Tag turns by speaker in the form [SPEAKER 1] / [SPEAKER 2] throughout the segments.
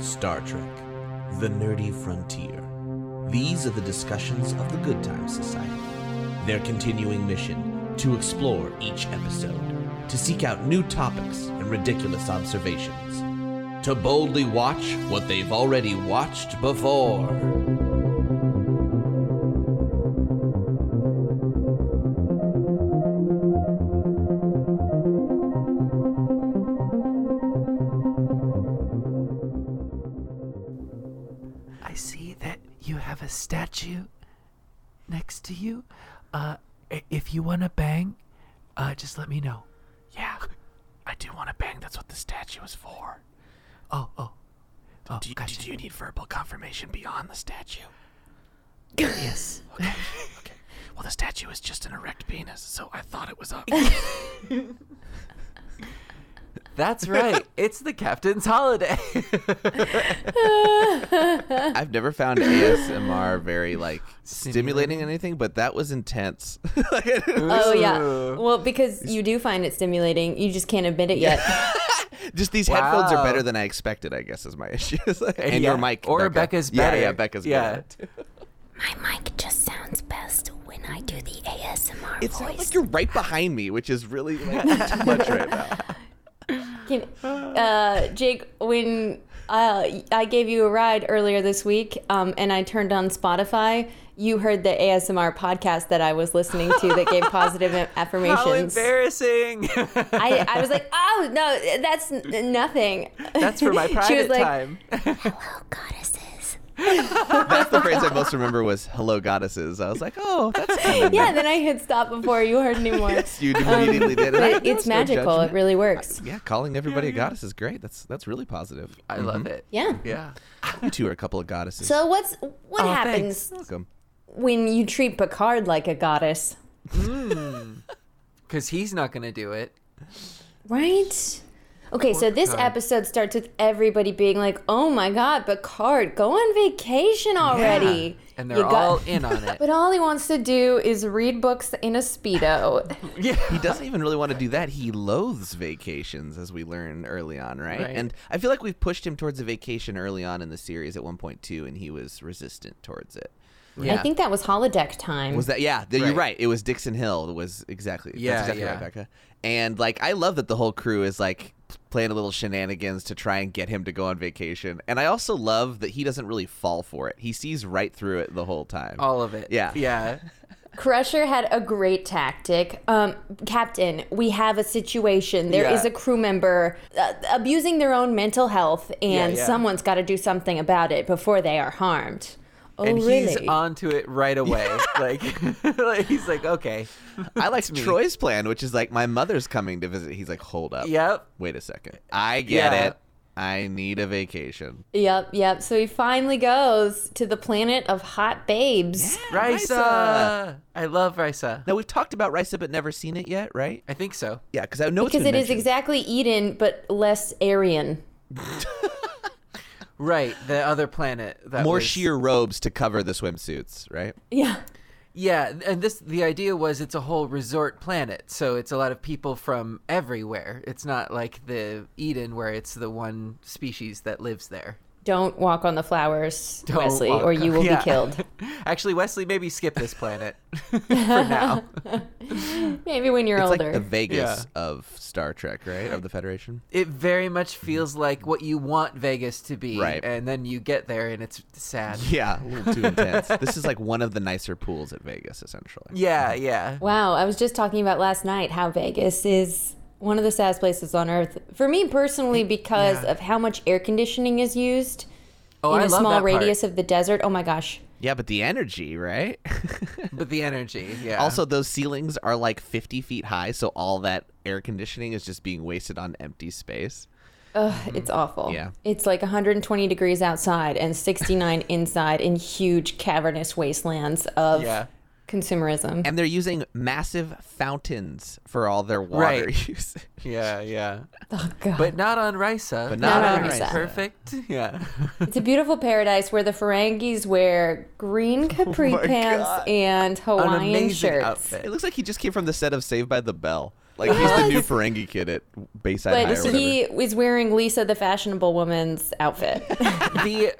[SPEAKER 1] Star Trek The Nerdy Frontier. These are the discussions of the Good Times Society. Their continuing mission to explore each episode, to seek out new topics and ridiculous observations, to boldly watch what they've already watched before.
[SPEAKER 2] I see that you have a statue next to you. Uh, i- if you want to bang, uh, just let me know. Yeah, I do want to bang. That's what the statue is for. Oh, oh. oh do, do you need verbal confirmation beyond the statue? yes. Okay. okay. Well, the statue is just an erect penis, so I thought it was up.
[SPEAKER 3] That's right. it's the captain's holiday.
[SPEAKER 4] I've never found ASMR very like stimulating anything, but that was intense. Like, I
[SPEAKER 3] Mm.
[SPEAKER 4] didn't-
[SPEAKER 5] Oh yeah. Well, because you do find it stimulating, you just can't admit it yet.
[SPEAKER 4] just these headphones
[SPEAKER 3] Wow.
[SPEAKER 4] are better than I expected. I guess is my issue. It's like- and
[SPEAKER 3] Yeah.
[SPEAKER 4] your mic,
[SPEAKER 3] Or
[SPEAKER 4] Becca.
[SPEAKER 3] Becca's better.
[SPEAKER 4] Yeah, yeah, Becca's
[SPEAKER 3] Yeah.
[SPEAKER 4] better.
[SPEAKER 6] My mic just sounds best when I do the ASMR
[SPEAKER 4] It sounds
[SPEAKER 6] voice.
[SPEAKER 4] like you're right behind me, which is really like, too much right now.
[SPEAKER 5] Can, uh, Jake, when uh, I gave you a ride earlier this week, um, and I turned on Spotify, you heard the ASMR podcast that I was listening to that gave positive
[SPEAKER 3] How
[SPEAKER 5] affirmations.
[SPEAKER 3] embarrassing.
[SPEAKER 5] I, I was like, oh no, that's n- nothing.
[SPEAKER 3] That's for my private
[SPEAKER 5] she was like,
[SPEAKER 3] time.
[SPEAKER 6] Hello, goddesses.
[SPEAKER 4] That's the phrase I most remember was "Hello, goddesses." I was like, "Oh, that's kind
[SPEAKER 5] Yeah, then I hit stop before you heard anymore.
[SPEAKER 4] you immediately did." And I-
[SPEAKER 5] But
[SPEAKER 4] there
[SPEAKER 5] it's
[SPEAKER 4] was no
[SPEAKER 5] magical.
[SPEAKER 4] judgment.
[SPEAKER 5] it really works.
[SPEAKER 4] Yeah, calling everybody a goddess is great. That's that's really positive. Uh,
[SPEAKER 3] I love it.
[SPEAKER 5] Yeah.
[SPEAKER 3] Mm-hmm. Yeah.
[SPEAKER 4] You two are a couple of goddesses.
[SPEAKER 5] So what's what
[SPEAKER 3] Oh,
[SPEAKER 5] happens
[SPEAKER 4] Welcome.
[SPEAKER 5] when you treat Picard like a goddess?
[SPEAKER 3] Because he's not going to do it.
[SPEAKER 5] Right? Okay, so this episode starts with everybody being like, "Oh my god, Picard, go on vacation already."
[SPEAKER 3] And they're
[SPEAKER 5] You got-
[SPEAKER 3] all in on it.
[SPEAKER 5] But all he wants to do is read books in a speedo.
[SPEAKER 4] He doesn't even really want to do that. He loathes vacations, as we learn early on, right?
[SPEAKER 3] Right.
[SPEAKER 4] And I feel like we've pushed him towards a vacation early on in the series at one point too, and he was resistant towards it.
[SPEAKER 3] Yeah.
[SPEAKER 5] I think that was holodeck time.
[SPEAKER 4] Was that yeah? th- You're
[SPEAKER 3] Right.
[SPEAKER 4] right. It was Dixon Hill. It was exactly.
[SPEAKER 3] Yeah,
[SPEAKER 4] that's exactly
[SPEAKER 3] yeah.
[SPEAKER 4] right, Becca. And like, I love that the whole crew is like playing a little shenanigans to try and get him to go on vacation. And I also love that he doesn't really fall for it. He sees right through it the whole time.
[SPEAKER 3] All of it.
[SPEAKER 4] Yeah.
[SPEAKER 3] Yeah.
[SPEAKER 5] Crusher had a great tactic. Um, Captain, we have a situation. There is
[SPEAKER 3] Yeah.
[SPEAKER 5] a crew member uh, abusing their own mental health, and
[SPEAKER 3] yeah.
[SPEAKER 5] someone's got to do something about it before they are harmed. Oh,
[SPEAKER 3] and
[SPEAKER 5] really?
[SPEAKER 3] he's onto it right away. like, like, he's like, okay.
[SPEAKER 4] I like
[SPEAKER 3] me.
[SPEAKER 4] Troy's plan, which is like my mother's coming to visit. He's like, hold up.
[SPEAKER 3] Yep.
[SPEAKER 4] Wait a second. I get
[SPEAKER 3] Yeah.
[SPEAKER 4] it. I need a vacation.
[SPEAKER 5] Yep, yep. So he finally goes to the planet of hot babes.
[SPEAKER 3] Risa. I love Risa.
[SPEAKER 4] Now we've talked about Risa, but never seen it yet, right?
[SPEAKER 3] I think so.
[SPEAKER 4] Yeah, because I know
[SPEAKER 5] Because
[SPEAKER 4] it's
[SPEAKER 5] it
[SPEAKER 4] been
[SPEAKER 5] is
[SPEAKER 4] mentioned.
[SPEAKER 5] exactly Eden, but less Aryan.
[SPEAKER 3] Right. The other planet. That
[SPEAKER 4] more
[SPEAKER 3] was-
[SPEAKER 4] sheer robes to cover the swimsuits, right?
[SPEAKER 5] Yeah.
[SPEAKER 3] Yeah, and this the idea was it's a whole resort planet, so it's a lot of people from everywhere. It's not like the Eden where it's the one species that lives there.
[SPEAKER 5] Don't walk on the flowers,
[SPEAKER 3] Don't
[SPEAKER 5] Wesley,
[SPEAKER 3] walk
[SPEAKER 5] or you
[SPEAKER 3] on-
[SPEAKER 5] will
[SPEAKER 3] Yeah.
[SPEAKER 5] be killed.
[SPEAKER 3] Actually, Wesley, maybe skip this planet for now.
[SPEAKER 5] Maybe when you're
[SPEAKER 4] It's
[SPEAKER 5] older.
[SPEAKER 4] like the Vegas
[SPEAKER 3] Yeah.
[SPEAKER 4] of Star Trek, right? Of the Federation.
[SPEAKER 3] It very much feels like what you want Vegas to be,
[SPEAKER 4] Right.
[SPEAKER 3] and then you get there and it's sad.
[SPEAKER 4] Yeah, a little too intense. This is like one of the nicer pools at Vegas, essentially.
[SPEAKER 3] Yeah, yeah.
[SPEAKER 5] Wow, I was just talking about last night how Vegas is one of the saddest places on earth. For me personally, because of how much air conditioning is used
[SPEAKER 3] Oh,
[SPEAKER 5] in
[SPEAKER 3] I
[SPEAKER 5] a
[SPEAKER 3] love
[SPEAKER 5] small
[SPEAKER 3] that part.
[SPEAKER 5] radius of the desert. Oh my gosh.
[SPEAKER 4] Yeah, but the energy, right?
[SPEAKER 3] but the energy. Yeah.
[SPEAKER 4] also, those ceilings are like 50 feet high, so all that air conditioning is just being wasted on empty space.
[SPEAKER 5] Ugh,
[SPEAKER 3] Mm-hmm.
[SPEAKER 5] it's awful.
[SPEAKER 4] Yeah.
[SPEAKER 5] It's like 120 degrees outside and 69 inside in huge cavernous wastelands of
[SPEAKER 3] Yeah.
[SPEAKER 5] consumerism.
[SPEAKER 4] And they're using massive fountains for all their water
[SPEAKER 3] Right.
[SPEAKER 4] use.
[SPEAKER 3] Yeah, yeah.
[SPEAKER 5] Oh, God.
[SPEAKER 3] But not on Risa. But
[SPEAKER 4] not
[SPEAKER 5] Not on on Risa. Risa.
[SPEAKER 3] Perfect. Yeah.
[SPEAKER 5] It's a beautiful paradise where the Ferengis wear green capri pants and
[SPEAKER 3] Oh An
[SPEAKER 5] Hawaiian
[SPEAKER 3] amazing
[SPEAKER 5] shirts.
[SPEAKER 3] outfit.
[SPEAKER 4] It looks like he just came from the set of Saved by the Bell. Like he's the new Ferengi kid at Bayside High.
[SPEAKER 5] But
[SPEAKER 4] or whatever.
[SPEAKER 5] he is wearing Lisa the fashionable woman's outfit.
[SPEAKER 3] the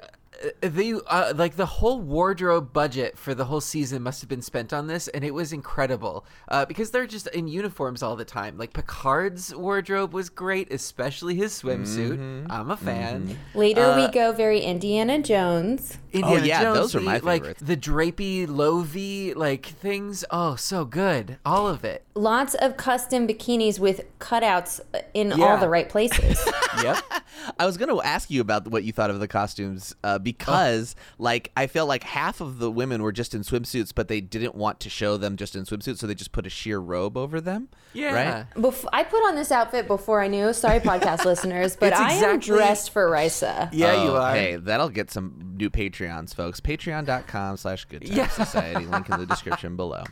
[SPEAKER 3] the uh, like the whole wardrobe budget for the whole season must have been spent on this and it was incredible uh, because they're just in uniforms all the time like picard's wardrobe was great especially his swimsuit i'm a fan
[SPEAKER 5] Later
[SPEAKER 3] Uh,
[SPEAKER 5] we go very Indiana Jones.
[SPEAKER 3] Indiana
[SPEAKER 4] Oh, yeah,
[SPEAKER 3] Jones,
[SPEAKER 4] those are my
[SPEAKER 3] the, like
[SPEAKER 4] favorites.
[SPEAKER 3] the drapey low v like things oh so good all of it
[SPEAKER 5] Lots of custom bikinis with cutouts in all
[SPEAKER 3] Yeah.
[SPEAKER 5] the right places.
[SPEAKER 3] yep
[SPEAKER 4] I was gonna ask you about what you thought of the costumes uh, because, like, I feel like half of the women were just in swimsuits, but they didn't want to show them just in swimsuits, so they just put a sheer robe over them.
[SPEAKER 3] yeah
[SPEAKER 4] Right?
[SPEAKER 5] Bef- I put on this outfit before I knew. Sorry, podcast listeners, but
[SPEAKER 3] It's
[SPEAKER 5] I am
[SPEAKER 3] exactly-
[SPEAKER 5] dressed for Risa.
[SPEAKER 3] yeah you
[SPEAKER 4] Oh,
[SPEAKER 3] are
[SPEAKER 4] Hey, that'll get some new Patreons, folks. Patreon.com slash Good Time
[SPEAKER 3] Yeah.
[SPEAKER 4] Society. Link in the description below.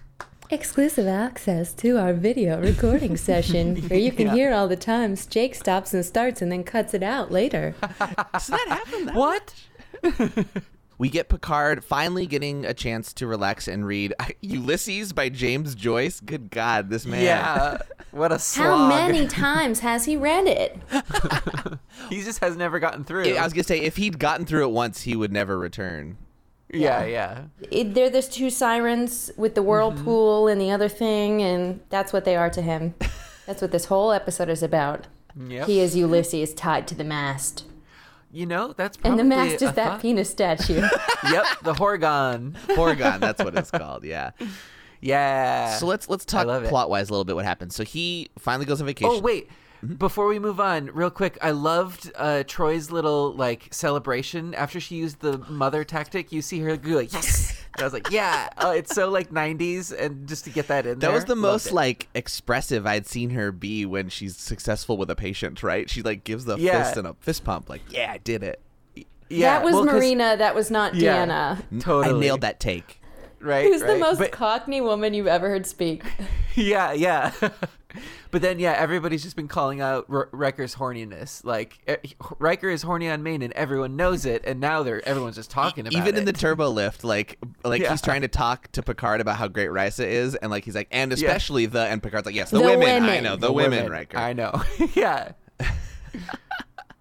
[SPEAKER 5] Exclusive access to our video recording session where you can hear all the times Jake stops and starts and then cuts it out later.
[SPEAKER 4] Does that happen? That
[SPEAKER 3] what
[SPEAKER 4] We get Picard finally getting a chance to relax and read Ulysses by James Joyce. Good God, this man.
[SPEAKER 3] yeah what a slog
[SPEAKER 5] How many times has he read it?
[SPEAKER 3] he just has never gotten through
[SPEAKER 4] I was gonna say if he'd gotten through it once, he would never return.
[SPEAKER 3] yeah yeah
[SPEAKER 5] it they're those two sirens with the whirlpool
[SPEAKER 3] Mm-hmm.
[SPEAKER 5] and the other thing, and that's what they are to him. That's what this whole episode is about.
[SPEAKER 3] Yep.
[SPEAKER 5] He is Ulysses tied to the mast.
[SPEAKER 3] You know, that's
[SPEAKER 5] And
[SPEAKER 3] probably
[SPEAKER 5] the mast
[SPEAKER 3] a
[SPEAKER 5] is that
[SPEAKER 3] thought.
[SPEAKER 5] penis statue.
[SPEAKER 3] yep, the Horgon.
[SPEAKER 4] Horgon, that's what it's called. Yeah.
[SPEAKER 3] Yeah.
[SPEAKER 4] So let's let's talk
[SPEAKER 3] love it.
[SPEAKER 4] plot wise a little bit what happens. So he finally goes on vacation.
[SPEAKER 3] oh wait,
[SPEAKER 4] Mm-hmm.
[SPEAKER 3] before we move on, real quick, I loved uh, Troy's little like celebration after she used the mother tactic. You see her go like yes, and I was like yeah, uh, it's so like '90s, and just to get that in
[SPEAKER 4] That
[SPEAKER 3] there,
[SPEAKER 4] was the
[SPEAKER 3] loved
[SPEAKER 4] most
[SPEAKER 3] it.
[SPEAKER 4] like expressive I'd seen her be when she's successful with a patient, right? She like gives the
[SPEAKER 3] Yeah.
[SPEAKER 4] fist and a fist pump, like, yeah, I did it.
[SPEAKER 3] yeah,
[SPEAKER 5] that was
[SPEAKER 3] well, 'cause-
[SPEAKER 5] Marina, that was not
[SPEAKER 3] Yeah.
[SPEAKER 5] Deanna.
[SPEAKER 4] I
[SPEAKER 3] Totally.
[SPEAKER 4] nailed that take.
[SPEAKER 3] right?
[SPEAKER 5] Who's the
[SPEAKER 3] right.
[SPEAKER 5] most
[SPEAKER 3] But-
[SPEAKER 5] cockney woman you've ever heard speak?
[SPEAKER 3] Yeah, yeah. but then, yeah, everybody's just been calling out R- Riker's horniness. Like eh, Riker is horny on Maine, and everyone knows it. And now they're everyone's just talking about it.
[SPEAKER 4] Even in the turbo lift, like like
[SPEAKER 3] Yeah.
[SPEAKER 4] he's trying to talk to Picard about how great Risa is, and like he's like, and especially the and Picard's like, yes, the,
[SPEAKER 5] The
[SPEAKER 4] women, I
[SPEAKER 5] women.
[SPEAKER 4] know, the,
[SPEAKER 5] The
[SPEAKER 4] women, Riker.
[SPEAKER 3] I know. yeah.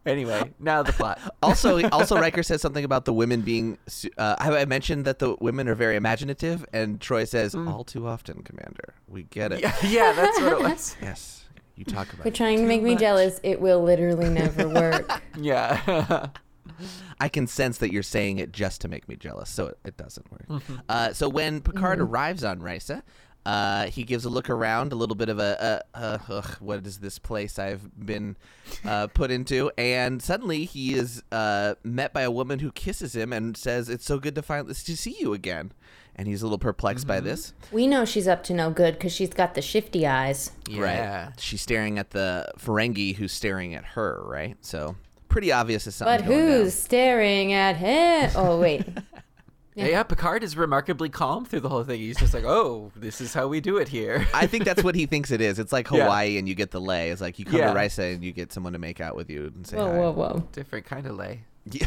[SPEAKER 3] anyway, now the plot.
[SPEAKER 4] also, also Riker says something about the women being. su- Uh, have I mentioned that the women are very imaginative? And Troy says, all too often, Commander. We get it.
[SPEAKER 3] Yeah, yeah, that's what it was.
[SPEAKER 4] Yes, you talk about.
[SPEAKER 5] You're
[SPEAKER 4] it.
[SPEAKER 5] trying to make me jealous. It will literally never work.
[SPEAKER 3] Yeah.
[SPEAKER 4] I can sense that you're saying it just to make me jealous, so it, it doesn't work.
[SPEAKER 5] Mm-hmm.
[SPEAKER 4] Uh, so when Picard arrives on Risa, uh, he gives a look around, a little bit of a, a, a ugh, what is this place I've been uh, put into? And suddenly he is uh, met by a woman who kisses him and says, "It's so good to find to see you again." And he's a little perplexed by this.
[SPEAKER 5] We know she's up to no good because she's got the shifty eyes.
[SPEAKER 3] Yeah.
[SPEAKER 4] Right. She's staring at the Ferengi who's staring at her. Right. So pretty obvious is something.
[SPEAKER 5] But
[SPEAKER 4] going down.
[SPEAKER 5] who's staring at him? Oh, wait.
[SPEAKER 3] Yeah. Picard is remarkably calm through the whole thing. He's just like, "Oh, this is how we do it here."
[SPEAKER 4] I think that's what he thinks it is. It's like
[SPEAKER 3] Yeah.
[SPEAKER 4] Hawaii and you get the lay. It's like you come
[SPEAKER 3] Yeah.
[SPEAKER 4] to Risa and you get someone to make out with you and say
[SPEAKER 5] Whoa,
[SPEAKER 4] hi.
[SPEAKER 5] whoa, whoa.
[SPEAKER 3] Different kind of lay.
[SPEAKER 4] Yeah.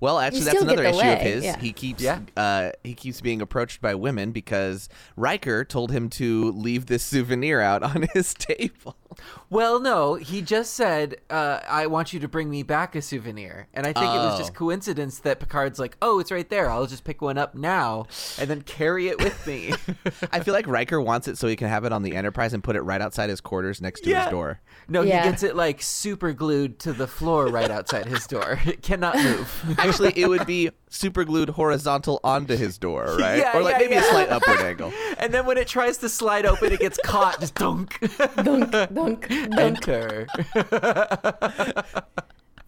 [SPEAKER 4] well, actually, that's
[SPEAKER 5] still get
[SPEAKER 4] another issue
[SPEAKER 5] the
[SPEAKER 4] of
[SPEAKER 5] lay,
[SPEAKER 4] his.
[SPEAKER 5] yeah.
[SPEAKER 4] He keeps
[SPEAKER 3] Yeah.
[SPEAKER 4] uh, he keeps being approached by women because Riker told him to leave this souvenir out on his table.
[SPEAKER 3] Well, no, he just said, uh, "I want you to bring me back a souvenir," and I think it was just
[SPEAKER 4] Oh.
[SPEAKER 3] coincidence that Picard's like, "Oh, it's right there. I'll just pick one up now and then carry it with me."
[SPEAKER 4] I feel like Riker wants it so he can have it on the Enterprise and put it right outside his quarters next to
[SPEAKER 3] Yeah.
[SPEAKER 4] his door.
[SPEAKER 3] no,
[SPEAKER 5] Yeah.
[SPEAKER 3] he gets it like super glued to the floor right outside his door. It cannot move.
[SPEAKER 4] Actually, it would be super glued horizontal onto his door, right?
[SPEAKER 3] Yeah,
[SPEAKER 4] or like
[SPEAKER 3] yeah,
[SPEAKER 4] maybe a
[SPEAKER 3] yeah.
[SPEAKER 4] slight upward angle.
[SPEAKER 3] And then when it tries to slide open, it gets caught. Just dunk.
[SPEAKER 5] Dunk, dunk, dunk.
[SPEAKER 3] Enter.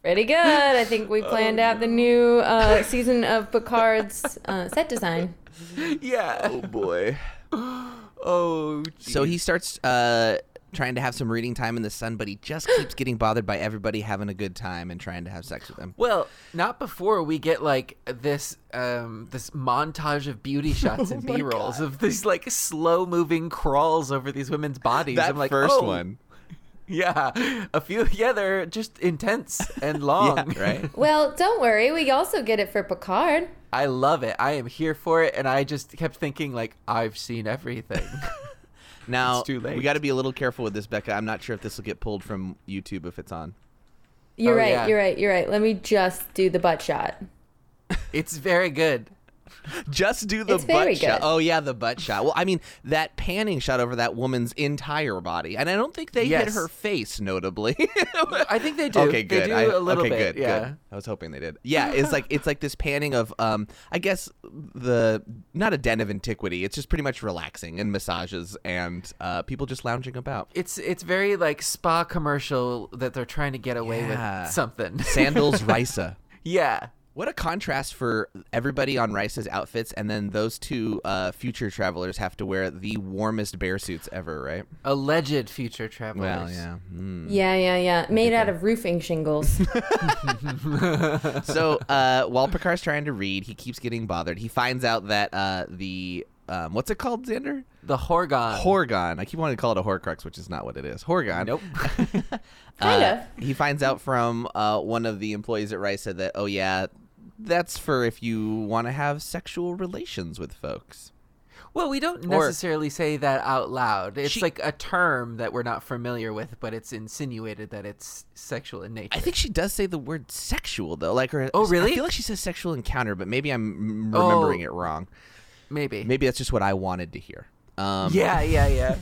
[SPEAKER 5] Pretty good. I think
[SPEAKER 3] Oh,
[SPEAKER 5] we planned out the new uh, season of Picard's uh, set design.
[SPEAKER 3] yeah.
[SPEAKER 4] Oh boy.
[SPEAKER 3] Oh. geez.
[SPEAKER 4] So he starts uh, trying to have some reading time in the sun, but he just keeps getting bothered by everybody having a good time and trying to have sex with him.
[SPEAKER 3] Well, not before we get like this um this montage of
[SPEAKER 5] Oh
[SPEAKER 3] beauty shots and B rolls of these like slow moving crawls over these women's bodies.
[SPEAKER 4] That
[SPEAKER 3] I'm like,
[SPEAKER 4] first
[SPEAKER 3] oh,
[SPEAKER 4] one,
[SPEAKER 3] Yeah. A few yeah, they're just intense and long.
[SPEAKER 4] right?
[SPEAKER 5] Well, don't worry. We also get it for Picard.
[SPEAKER 3] I love it. I am here for it and I just kept thinking like I've seen everything.
[SPEAKER 4] Now
[SPEAKER 3] It's too late.
[SPEAKER 4] we got to be a little careful with this, Becca. I'm not sure if this will get pulled from YouTube if it's on.
[SPEAKER 5] You're
[SPEAKER 3] Oh,
[SPEAKER 5] right.
[SPEAKER 3] yeah.
[SPEAKER 5] You're right. You're right. Let me just do the butt shot.
[SPEAKER 3] It's very good.
[SPEAKER 4] Just do the
[SPEAKER 5] It's
[SPEAKER 4] butt
[SPEAKER 5] very
[SPEAKER 4] shot.
[SPEAKER 5] good.
[SPEAKER 4] Oh yeah, the butt shot. Well, I mean that panning shot over that woman's entire body, and I don't think they hit
[SPEAKER 3] Yes.
[SPEAKER 4] her face notably.
[SPEAKER 3] I think they do.
[SPEAKER 4] Okay, good.
[SPEAKER 3] They do
[SPEAKER 4] I,
[SPEAKER 3] a little
[SPEAKER 4] okay,
[SPEAKER 3] bit.
[SPEAKER 4] good.
[SPEAKER 3] yeah.
[SPEAKER 4] Good. I was hoping they did. Yeah, it's like it's like this panning of um I guess the not a den of antiquity. It's just pretty much relaxing and massages and uh people just lounging about.
[SPEAKER 3] It's it's very like spa commercial that they're trying to get away
[SPEAKER 4] Yeah.
[SPEAKER 3] with something.
[SPEAKER 4] Sandals Risa.
[SPEAKER 3] yeah.
[SPEAKER 4] What a contrast for everybody on Rice's outfits and then those two uh future travelers have to wear the warmest bear suits ever, right?
[SPEAKER 3] Alleged future travelers.
[SPEAKER 4] Well, yeah. Mm.
[SPEAKER 5] Yeah, yeah, yeah. Made out of roofing shingles.
[SPEAKER 3] Uh,
[SPEAKER 4] so uh, while Picard's trying to read, he keeps getting bothered. He finds out that uh, the um, what's it called, Xander?
[SPEAKER 3] The Horgon.
[SPEAKER 4] Horgon. I keep wanting to call it a Horcrux, which is not what it is. Horgon.
[SPEAKER 3] nope.
[SPEAKER 5] Kind
[SPEAKER 4] Uh, He finds out from uh, one of the employees at Rice that, oh yeah, that's for if you want to have sexual relations with folks.
[SPEAKER 3] Well, we don't
[SPEAKER 4] Or-
[SPEAKER 3] necessarily say that out loud. It's
[SPEAKER 4] She-
[SPEAKER 3] like a term that we're not familiar with, but it's insinuated that it's sexual in nature.
[SPEAKER 4] I think she does say the word sexual though. Like her.
[SPEAKER 3] Oh, really?
[SPEAKER 4] I feel like she says sexual encounter, but maybe I'm m- remembering
[SPEAKER 3] Oh.
[SPEAKER 4] it wrong.
[SPEAKER 3] maybe.
[SPEAKER 4] Maybe that's just what I wanted to hear. Um,
[SPEAKER 3] Yeah, yeah, yeah.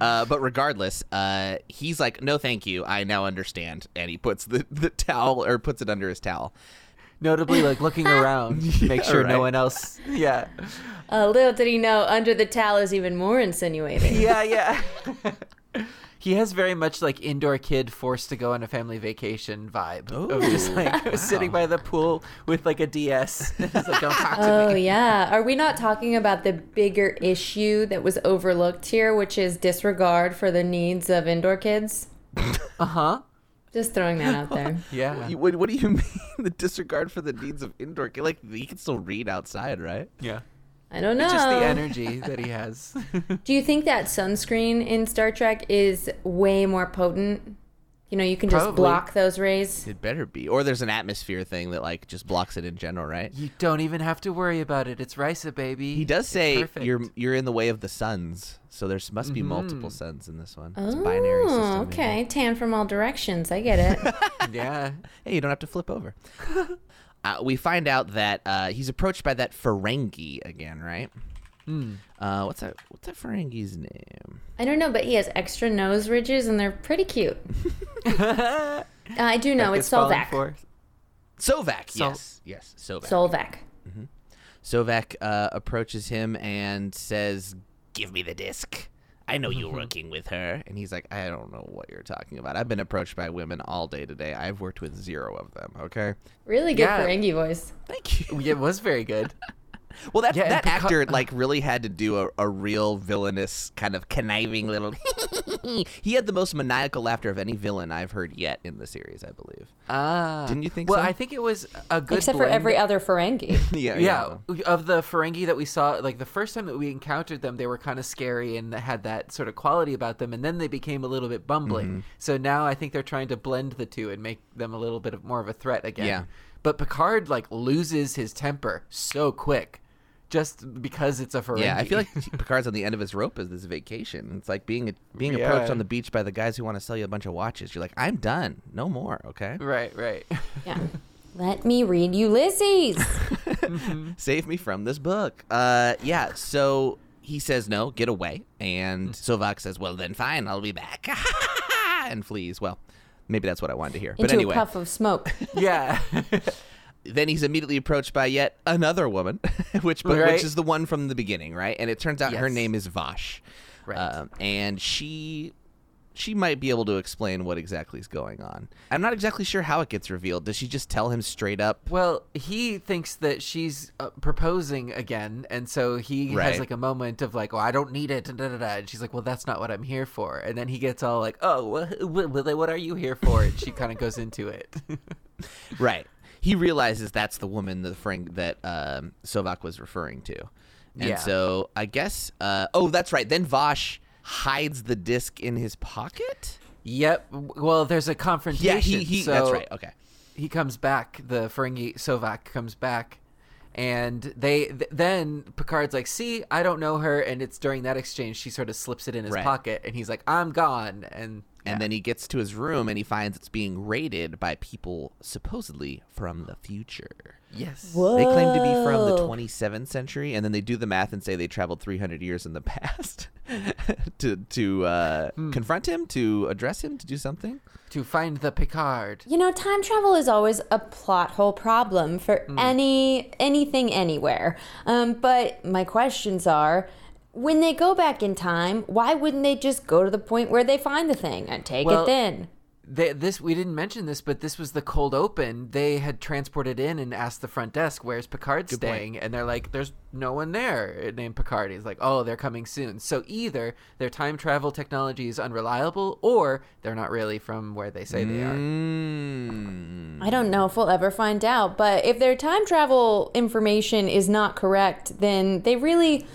[SPEAKER 4] Uh, but regardless, uh, he's like, no, thank you. I now understand. And he puts the, the towel or puts it under his towel.
[SPEAKER 3] Notably, like looking around, to make sure
[SPEAKER 4] right.
[SPEAKER 3] no one else. Yeah,
[SPEAKER 5] Uh, little did he know, under the towel is even more insinuating.
[SPEAKER 3] yeah, yeah. he has very much like indoor kid forced to go on a family vacation vibe of just like sitting by the pool with like a DS. He's like, don't talk to
[SPEAKER 5] Oh
[SPEAKER 3] me.
[SPEAKER 5] yeah. Are we not talking about the bigger issue that was overlooked here, which is disregard for the needs of indoor kids?
[SPEAKER 3] Uh huh.
[SPEAKER 5] Just throwing that out there.
[SPEAKER 3] Yeah.
[SPEAKER 4] You- What, what do you mean the disregard for the needs of indoor? kid? Like he can still read outside, right?
[SPEAKER 3] Yeah.
[SPEAKER 5] I don't know.
[SPEAKER 3] Just the energy that he has.
[SPEAKER 5] Do you think that sunscreen in Star Trek is way more potent? You know, you can just
[SPEAKER 3] Probably.
[SPEAKER 5] block those rays.
[SPEAKER 4] It better be. Or there's an atmosphere thing that like just blocks it in general, right?
[SPEAKER 3] You don't even have to worry about it. It's Risa, baby.
[SPEAKER 4] He does
[SPEAKER 3] It's
[SPEAKER 4] say
[SPEAKER 3] perfect.
[SPEAKER 4] you're you're in the way of the suns, so there's must be multiple suns in this one. It's a binary system.
[SPEAKER 5] Oh,
[SPEAKER 4] maybe.
[SPEAKER 5] okay. Tan from all directions. I get it.
[SPEAKER 3] Yeah.
[SPEAKER 4] Hey, you don't have to flip over. uh, we find out that uh, he's approached by that Ferengi again, right? Uh, what's that? What's that Ferengi's name?
[SPEAKER 5] I don't know, but he has extra nose ridges and they're pretty cute. I do know.
[SPEAKER 3] Becca's
[SPEAKER 5] it's
[SPEAKER 3] falling
[SPEAKER 5] Solvac.
[SPEAKER 3] for-
[SPEAKER 4] Sovac.
[SPEAKER 3] Sol-
[SPEAKER 4] yes, yes, Sovac.
[SPEAKER 5] Solvac.
[SPEAKER 4] Sovak uh, approaches him and says, "Give me the disc. I know
[SPEAKER 3] Mm-hmm.
[SPEAKER 4] you're working with her." And he's like, "I don't know what you're talking about. I've been approached by women all day today. I've worked with zero of them. Okay,
[SPEAKER 5] Really good
[SPEAKER 3] Yeah.
[SPEAKER 5] Ferengi voice.
[SPEAKER 4] thank you."
[SPEAKER 3] It was very good.
[SPEAKER 4] Well, that
[SPEAKER 3] Yeah, and
[SPEAKER 4] that
[SPEAKER 3] Picard-
[SPEAKER 4] actor like really had to do a, a real villainous kind of conniving little. he had the most maniacal laughter of any villain I've heard yet in the series, I believe.
[SPEAKER 3] Ah.
[SPEAKER 4] Didn't you think
[SPEAKER 3] well,
[SPEAKER 4] so?
[SPEAKER 3] I think it was a good
[SPEAKER 5] Except for
[SPEAKER 3] blend-
[SPEAKER 5] every other Ferengi.
[SPEAKER 3] Yeah, of the Ferengi that we saw, like the first time that we encountered them, they were kind of scary and had that sort of quality about them, and then they became a little bit bumbling.
[SPEAKER 4] Mm-hmm.
[SPEAKER 3] So now I think they're trying to blend the two and make them a little bit of more of a threat again.
[SPEAKER 4] Yeah.
[SPEAKER 3] But Picard like loses his temper so quick, just because it's a Ferengi.
[SPEAKER 4] Yeah, I feel like Picard's on the end of his rope as this vacation. It's like being being
[SPEAKER 3] Yeah.
[SPEAKER 4] approached on the beach by the guys who want to sell you a bunch of watches. You're like, I'm done, no more. Okay,
[SPEAKER 3] right, right.
[SPEAKER 5] yeah. Let me read Ulysses.
[SPEAKER 3] Mm-hmm.
[SPEAKER 4] save me from this book. Uh, yeah. So he says no, get away,
[SPEAKER 3] Mm.
[SPEAKER 4] and Sovak says, well then fine, I'll be back, and flees. Well, maybe that's what I wanted to hear. but
[SPEAKER 5] Into
[SPEAKER 4] anyway,
[SPEAKER 5] a puff of smoke.
[SPEAKER 3] yeah,
[SPEAKER 4] then he's immediately approached by yet another woman, which but,
[SPEAKER 3] Right.
[SPEAKER 4] which is the one from the beginning, right? And it turns out her
[SPEAKER 3] Yes.
[SPEAKER 4] name is Vash,
[SPEAKER 3] Right.
[SPEAKER 4] Um, and she she might be able to explain what exactly is going on. I'm not exactly sure how it gets revealed. Does she just tell him straight up?
[SPEAKER 3] Well, he thinks that she's uh, proposing again, and so he
[SPEAKER 4] Right.
[SPEAKER 3] has like a moment of like, "Oh, I don't need it," and, da, da, da. and she's like, "Well, that's not what I'm here for." And then he gets all like, "Oh, wh- wh- wh- what are you here for?" And she kind of goes into it.
[SPEAKER 4] Right. He realizes that's the woman that Frank that um, Sovak was referring to, and
[SPEAKER 3] Yeah.
[SPEAKER 4] so I guess uh, oh that's right. Then Vash hides the disc in his pocket.
[SPEAKER 3] yep. Well, there's a confrontation.
[SPEAKER 4] Yeah, he, he
[SPEAKER 3] so
[SPEAKER 4] that's right. Okay.
[SPEAKER 3] He comes back. The Ferengi Sovak comes back, and they th- then Picard's like, "See, I don't know her," and it's during that exchange she sort of slips it in his
[SPEAKER 4] Right.
[SPEAKER 3] pocket, and he's like, "I'm gone," and
[SPEAKER 4] And then he gets to his room and he finds it's being raided by people supposedly from the future.
[SPEAKER 3] yes,
[SPEAKER 4] They claim to be from the
[SPEAKER 5] Whoa.
[SPEAKER 4] 27th century, and then they do the math and say they traveled 300 years in the past to to uh, confront him, to address him, to do something.
[SPEAKER 3] to find the Picard.
[SPEAKER 5] You know, time travel is always a plot hole problem for
[SPEAKER 3] Mm.
[SPEAKER 5] any anything anywhere. Um, but my questions are. When they go back in time, why wouldn't they just go to the point where they find the thing and take
[SPEAKER 3] Well,
[SPEAKER 5] it then?
[SPEAKER 3] They, this we didn't mention this, but this was the cold open. They had transported in and asked the front desk, "Where's Picard staying?" And they're like, "There's no one there uh, named Picard." He's like, "Oh, they're coming soon." So either their time travel technology is unreliable, or they're not really from where they say they are.
[SPEAKER 4] Mm.
[SPEAKER 5] I don't know if we'll ever find out, but if their time travel information is not correct, then they really.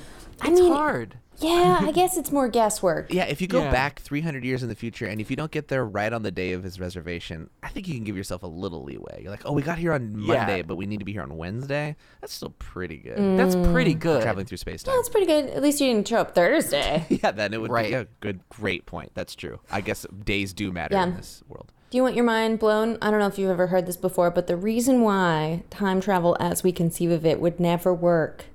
[SPEAKER 5] I
[SPEAKER 3] It's
[SPEAKER 5] mean,
[SPEAKER 3] hard.
[SPEAKER 5] yeah, I guess it's more guesswork.
[SPEAKER 4] Yeah, if you go
[SPEAKER 3] Yeah.
[SPEAKER 4] back 300 years in the future and if you don't get there right on the day of his reservation, I think you can give yourself a little leeway. You're like, oh, we got here on Monday, but we need to be here on Wednesday. That's still pretty good.
[SPEAKER 3] That's pretty good.
[SPEAKER 4] Traveling through space time.
[SPEAKER 5] That's pretty good. At least you didn't show up Thursday.
[SPEAKER 4] yeah, then it would
[SPEAKER 3] Right.
[SPEAKER 4] be a good, great point. That's true. I guess days do matter in
[SPEAKER 5] Yeah.
[SPEAKER 4] this world.
[SPEAKER 5] Do you want your mind blown? I don't know if you've ever heard this before, but the reason why time travel as we conceive of it would never work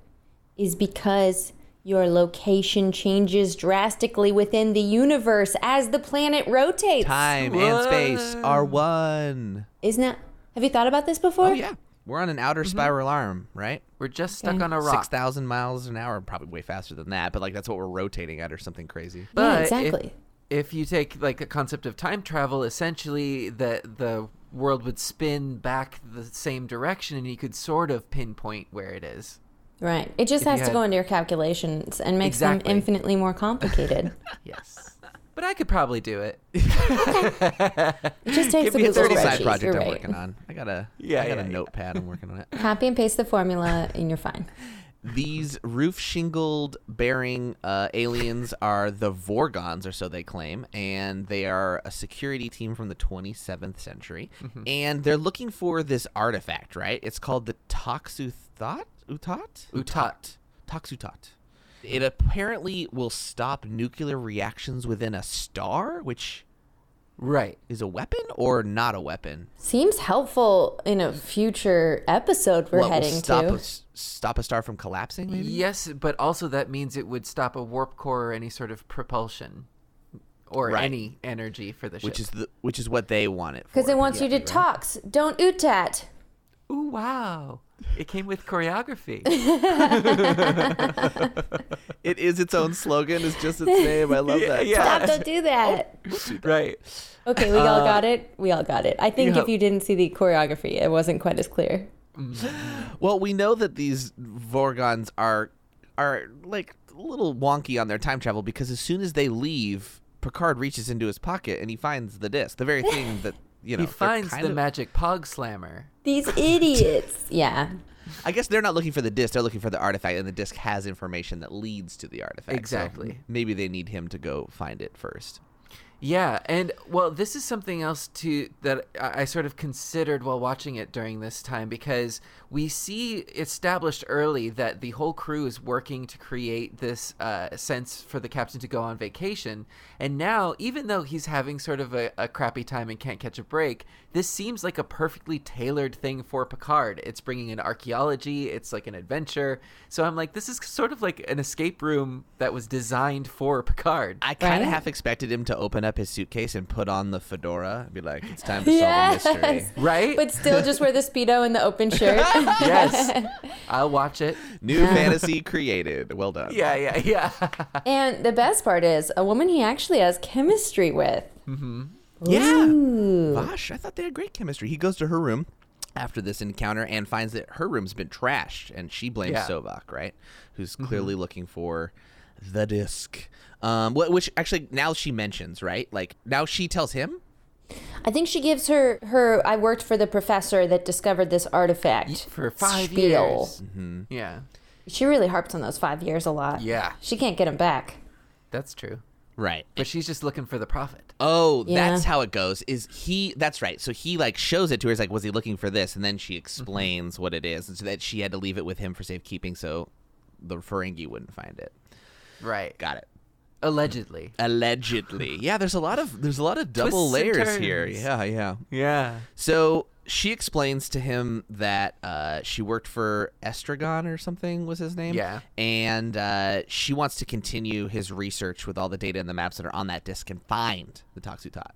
[SPEAKER 5] is because your location changes drastically within the universe as the planet rotates.
[SPEAKER 4] Time and space are one.
[SPEAKER 5] Isn't that? Have you thought about this before?
[SPEAKER 4] Oh, yeah. We're on an outer spiral arm, right?
[SPEAKER 3] We're just stuck on a Mm-hmm. rock.
[SPEAKER 4] 6,000 miles an hour, probably way faster than that, but like that's what we're rotating at or something crazy.
[SPEAKER 5] Yeah,
[SPEAKER 3] But if-
[SPEAKER 5] exactly.
[SPEAKER 3] If, you take like a concept of time travel, essentially the the world would spin back the same direction, and you could sort of pinpoint where it is.
[SPEAKER 5] Right. It just
[SPEAKER 3] If you
[SPEAKER 5] has to
[SPEAKER 3] had-
[SPEAKER 5] go into your calculations and makes
[SPEAKER 3] Exactly.
[SPEAKER 5] them infinitely more complicated.
[SPEAKER 3] Yes. But I could probably do it.
[SPEAKER 5] It just takes
[SPEAKER 3] Give
[SPEAKER 5] the
[SPEAKER 3] me a
[SPEAKER 5] Google
[SPEAKER 3] 30 side
[SPEAKER 5] spreadsheet.
[SPEAKER 4] side project
[SPEAKER 5] You're
[SPEAKER 4] I'm
[SPEAKER 5] right.
[SPEAKER 4] working on. I got a,
[SPEAKER 3] Yeah,
[SPEAKER 4] I got
[SPEAKER 3] yeah,
[SPEAKER 4] a
[SPEAKER 3] yeah.
[SPEAKER 4] notepad. I'm working on it.
[SPEAKER 5] Copy and paste the formula, and you're fine.
[SPEAKER 4] These roof shingled bearing uh, aliens are the Vorgons, or so they claim, and they are a security team from the 27th century.
[SPEAKER 3] Mm-hmm.
[SPEAKER 4] And they're looking for this artifact, right? It's called the Toxu Thought? Utot?
[SPEAKER 3] Utot.
[SPEAKER 4] Toxutot. It apparently will stop nuclear reactions within a star, which
[SPEAKER 3] Right.
[SPEAKER 4] is a weapon or not a weapon.
[SPEAKER 5] Seems helpful in a future episode we're
[SPEAKER 4] What, will
[SPEAKER 5] heading
[SPEAKER 4] stop
[SPEAKER 5] to.
[SPEAKER 4] A, s- stop a star from collapsing, maybe?
[SPEAKER 3] Yes, but also that means it would stop a warp core or any sort of propulsion or
[SPEAKER 4] Right.
[SPEAKER 3] any energy for the ship.
[SPEAKER 4] Which is the which is what they want it for.
[SPEAKER 5] Because it wants you to
[SPEAKER 4] particularly, right?
[SPEAKER 5] tox. Don't utat.
[SPEAKER 3] Ooh wow. It came with choreography.
[SPEAKER 4] It is its own slogan. It's just its name. I love that.
[SPEAKER 5] Stop, don't do that.
[SPEAKER 3] right. Uh,
[SPEAKER 5] Okay, we all got it. We all got it. I think
[SPEAKER 3] yeah.
[SPEAKER 5] if you didn't see the choreography, it wasn't quite as clear.
[SPEAKER 4] Well, we know that these Vorgons are are like a little wonky on their time travel because as soon as they leave, Picard reaches into his pocket and he finds the disc, the very thing that you know.
[SPEAKER 3] He
[SPEAKER 4] they're
[SPEAKER 3] finds
[SPEAKER 4] kind
[SPEAKER 3] the
[SPEAKER 4] of-
[SPEAKER 3] magic pog slammer.
[SPEAKER 5] These idiots. yeah.
[SPEAKER 4] I guess they're not looking for the disc; they're looking for the artifact, and the disc has information that leads to the artifact. so
[SPEAKER 3] Exactly.
[SPEAKER 4] maybe they need him to go find it first.
[SPEAKER 3] Yeah, and well, this is something else too that I I sort of considered while watching it during this time because we see established early that the whole crew is working to create this uh, sense for the captain to go on vacation, and now even though he's having sort of a, a crappy time and can't catch a break, this seems like a perfectly tailored thing for Picard. It's bringing in archaeology, it's like an adventure, so I'm like, this is sort of like an escape room that was designed for Picard.
[SPEAKER 4] I kind of
[SPEAKER 5] Right?
[SPEAKER 4] half expected him to open up his suitcase and put on the fedora and be like, "It's time to solve a mystery."
[SPEAKER 3] Right?
[SPEAKER 5] But still just wear the Speedo and the open shirt.
[SPEAKER 3] yes. I'll watch it.
[SPEAKER 4] New fantasy created. Well done.
[SPEAKER 3] Yeah, yeah, yeah.
[SPEAKER 5] and the best part is a woman he actually has chemistry with.
[SPEAKER 4] Yeah. Vosh, I thought they had great chemistry. He goes to her room after this encounter and finds that her room's been trashed, and she blames
[SPEAKER 3] Yeah.
[SPEAKER 4] Sovok, right? Who's clearly looking for the disc. Um, wh- which actually now she mentions, right? Like now she tells him.
[SPEAKER 5] I think she gives her her I worked for the professor that discovered this artifact
[SPEAKER 3] For five
[SPEAKER 5] spiel.
[SPEAKER 3] years. Yeah.
[SPEAKER 5] She really harps on those five years a lot.
[SPEAKER 3] Yeah.
[SPEAKER 5] She can't get him back.
[SPEAKER 3] That's true.
[SPEAKER 4] Right.
[SPEAKER 3] but she's just looking for the profit.
[SPEAKER 4] Oh,
[SPEAKER 5] Yeah.
[SPEAKER 4] that's how it goes. Is he? That's right. So he like shows it to her. He's like, "Was he looking for this?" And then she explains what it is, and so that she had to leave it with him for safekeeping, so the Ferengi wouldn't find it.
[SPEAKER 3] Right.
[SPEAKER 4] Got it.
[SPEAKER 3] Allegedly.
[SPEAKER 4] Allegedly. yeah. There's a lot of there's a lot of double
[SPEAKER 3] Twists and
[SPEAKER 4] layers here.
[SPEAKER 3] turns.
[SPEAKER 4] Yeah. Yeah.
[SPEAKER 3] Yeah.
[SPEAKER 4] So she explains to him that uh, she worked for Estragon or something was his name.
[SPEAKER 3] Yeah.
[SPEAKER 4] And uh, she wants to continue his research with all the data and the maps that are on that disk and find the Toxutot.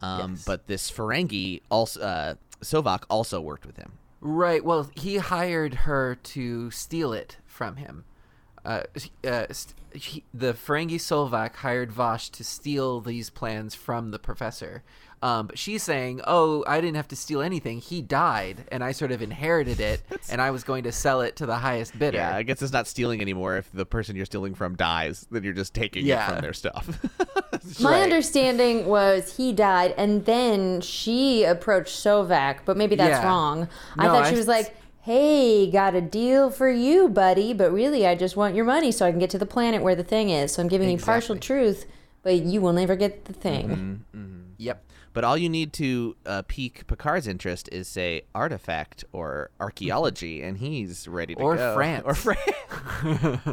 [SPEAKER 4] Um,
[SPEAKER 3] Yes.
[SPEAKER 4] But this Ferengi, also uh, Sovok, also worked with him.
[SPEAKER 3] Right. Well, he hired her to steal it from him. Uh, s- uh, st- he, the Ferengi Solvak hired Vosh to steal these plans from the professor. Um, but she's saying, "Oh, I didn't have to steal anything. He died, and I sort of inherited it, and I was going to sell it to the highest bidder."
[SPEAKER 4] Yeah, I guess it's not stealing anymore. If the person you're stealing from dies, then you're just taking
[SPEAKER 3] Yeah.
[SPEAKER 4] it from their stuff.
[SPEAKER 5] My
[SPEAKER 3] Right.
[SPEAKER 5] understanding was he died and then she approached Sovak, but maybe that's
[SPEAKER 3] Yeah.
[SPEAKER 5] wrong. I
[SPEAKER 3] No,
[SPEAKER 5] thought
[SPEAKER 3] I-
[SPEAKER 5] she was like, hey, got a deal for you, buddy, but really I just want your money so I can get to the planet where the thing is. So I'm giving you partial truth, but you will never get the thing.
[SPEAKER 3] Yep.
[SPEAKER 4] But all you need to uh, pique Picard's interest is say artifact or archaeology, and he's ready to
[SPEAKER 3] Mm-hmm. Or
[SPEAKER 4] go.
[SPEAKER 3] France.
[SPEAKER 4] Or France.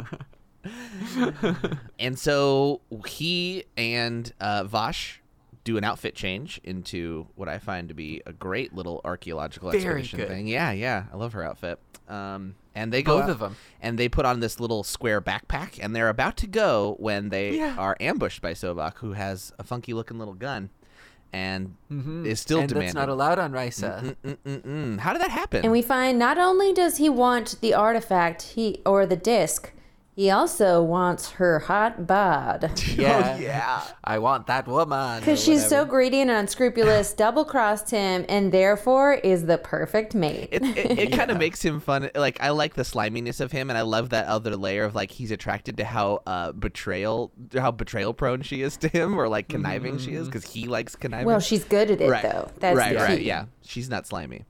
[SPEAKER 4] and so he and uh, Vash do an outfit change into what I find to be a great little archaeological
[SPEAKER 3] Very
[SPEAKER 4] expedition
[SPEAKER 3] good.
[SPEAKER 4] thing. Yeah, yeah, I love her outfit. Um, and they go
[SPEAKER 3] Both
[SPEAKER 4] out-
[SPEAKER 3] of 'em.
[SPEAKER 4] and they put on this little square backpack, and they're about to go when they
[SPEAKER 3] Yeah.
[SPEAKER 4] are ambushed by Sovok, who has a funky looking little gun and is still
[SPEAKER 3] Mm-hmm. and
[SPEAKER 4] demanding.
[SPEAKER 3] that's not allowed on Risa.
[SPEAKER 4] Mm, How did that happen?
[SPEAKER 5] And we find not only does he want the artifact he or the disc, he also wants her hot bod.
[SPEAKER 3] Yeah. yeah. I want that woman.
[SPEAKER 5] Because she's so greedy and unscrupulous, double crossed him, and therefore is the perfect mate.
[SPEAKER 4] it it, it kind of makes him fun. Like I like the sliminess of him, and I love that other layer of like he's attracted to how uh, betrayal, how betrayal prone she is to him, or like conniving she is because he likes conniving.
[SPEAKER 5] well, she's good at it,
[SPEAKER 4] right,
[SPEAKER 5] though. That's
[SPEAKER 4] right,
[SPEAKER 5] the
[SPEAKER 4] right,
[SPEAKER 5] key.
[SPEAKER 4] yeah. She's not slimy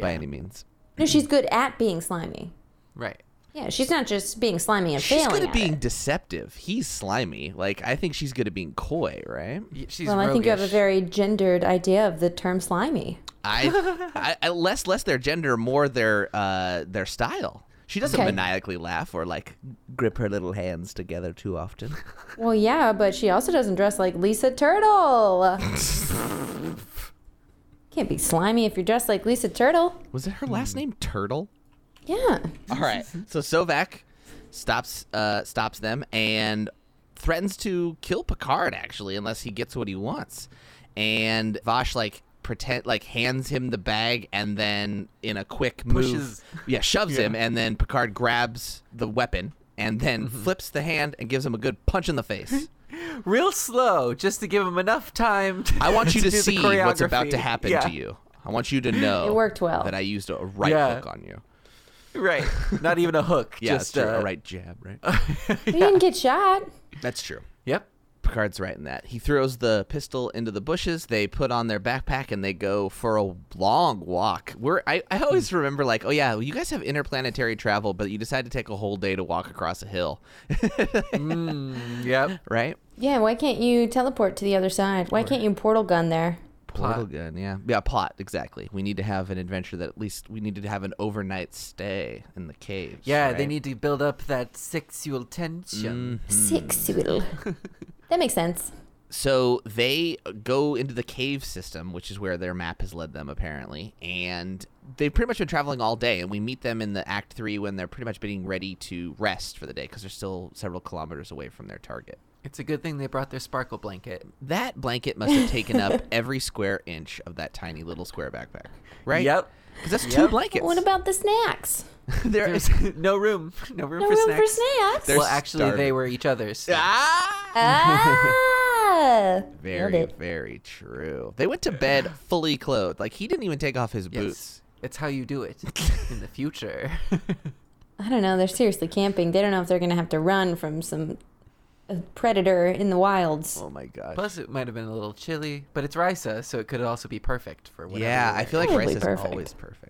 [SPEAKER 4] by any means.
[SPEAKER 5] No, she's good at being slimy.
[SPEAKER 3] Right.
[SPEAKER 5] Yeah, she's not just being slimy and
[SPEAKER 4] She's
[SPEAKER 5] failing.
[SPEAKER 4] good at being
[SPEAKER 5] it.
[SPEAKER 4] deceptive. He's slimy. Like I think she's good at being coy, right?
[SPEAKER 3] Y- She's
[SPEAKER 5] Well, I think you have a
[SPEAKER 3] roguish.
[SPEAKER 5] very gendered idea of the term slimy.
[SPEAKER 4] I, I, I less less their gender, more their uh, their style. She doesn't
[SPEAKER 5] Okay.
[SPEAKER 4] maniacally laugh or like grip her little hands together too often.
[SPEAKER 5] Well, yeah, but she also doesn't dress like Lisa Turtle. Can't be slimy if you're dressed like Lisa Turtle.
[SPEAKER 4] Was it her last name Turtle?
[SPEAKER 5] Yeah.
[SPEAKER 4] All right. So Sovak stops uh, stops them and threatens to kill Picard actually unless he gets what he wants. And Vosh like pretend like hands him the bag and then in a quick
[SPEAKER 3] Pushes.
[SPEAKER 4] move yeah shoves him and then Picard grabs the weapon and then flips the hand and gives him a good punch in the face.
[SPEAKER 3] real slow just to give him enough time. To,
[SPEAKER 4] I want you to
[SPEAKER 3] do the
[SPEAKER 4] see what's about to
[SPEAKER 3] choreography.
[SPEAKER 4] happen
[SPEAKER 3] Yeah,
[SPEAKER 4] to you. I want you to know
[SPEAKER 5] It worked well.
[SPEAKER 4] that I used a right
[SPEAKER 3] Yeah.
[SPEAKER 4] hook on you.
[SPEAKER 3] Right. Not even a hook.
[SPEAKER 4] Yeah,
[SPEAKER 3] just
[SPEAKER 4] that's true.
[SPEAKER 3] uh,
[SPEAKER 4] a right jab, right?
[SPEAKER 5] But He didn't get shot.
[SPEAKER 4] that's true.
[SPEAKER 3] Yep.
[SPEAKER 4] Picard's right in that. He throws the pistol into the bushes. They put on their backpack and they go for a long walk. We're I, I always
[SPEAKER 3] Hmm.
[SPEAKER 4] remember like, oh yeah, you guys have interplanetary travel, but you decide to take a whole day to walk across a hill,
[SPEAKER 3] Yep.
[SPEAKER 4] right?
[SPEAKER 5] Yeah, why can't you teleport to the other side? Why can't you portal gun there?
[SPEAKER 4] Portal gun, yeah, yeah, plot exactly. We need to have an adventure that at least we needed to have an overnight stay in the caves.
[SPEAKER 3] Yeah, they
[SPEAKER 4] right? Mm.
[SPEAKER 3] need to build up that sexual tension.
[SPEAKER 5] Sexual. that makes sense.
[SPEAKER 4] so they go into the cave system, which is where their map has led them, apparently. And they've pretty much been traveling all day. And we meet them in the Act 3 when they're pretty much being ready to rest for the day because they're still several kilometers away from their target.
[SPEAKER 3] It's a good thing they brought their sparkle blanket.
[SPEAKER 4] That blanket must have taken up every square inch of that tiny little square backpack, right?
[SPEAKER 3] Yep.
[SPEAKER 4] Because that's two
[SPEAKER 3] Yep.
[SPEAKER 4] blankets.
[SPEAKER 5] What about the snacks?
[SPEAKER 4] There
[SPEAKER 3] There's
[SPEAKER 4] is-
[SPEAKER 3] no room. No room
[SPEAKER 5] No
[SPEAKER 3] for
[SPEAKER 5] room
[SPEAKER 3] snacks.
[SPEAKER 5] for snacks.
[SPEAKER 4] They're
[SPEAKER 3] well, actually, they
[SPEAKER 4] starving.
[SPEAKER 3] were each other's.
[SPEAKER 4] Ah!
[SPEAKER 5] ah! Nailed
[SPEAKER 4] Very,
[SPEAKER 5] it.
[SPEAKER 4] very true. They went to bed fully clothed. Like, he didn't even take off his
[SPEAKER 3] Yes.
[SPEAKER 4] boots.
[SPEAKER 3] It's how you do it in the future.
[SPEAKER 5] I don't know. They're seriously camping. They don't know if they're going to have to run from some uh, predator in the wilds.
[SPEAKER 4] Oh my gosh.
[SPEAKER 3] Plus, it might have been a little chilly, but it's Risa, so it could also be perfect for whatever.
[SPEAKER 4] yeah,
[SPEAKER 3] you're
[SPEAKER 4] I feel like
[SPEAKER 5] Probably
[SPEAKER 4] rice is
[SPEAKER 5] perfect.
[SPEAKER 4] always perfect.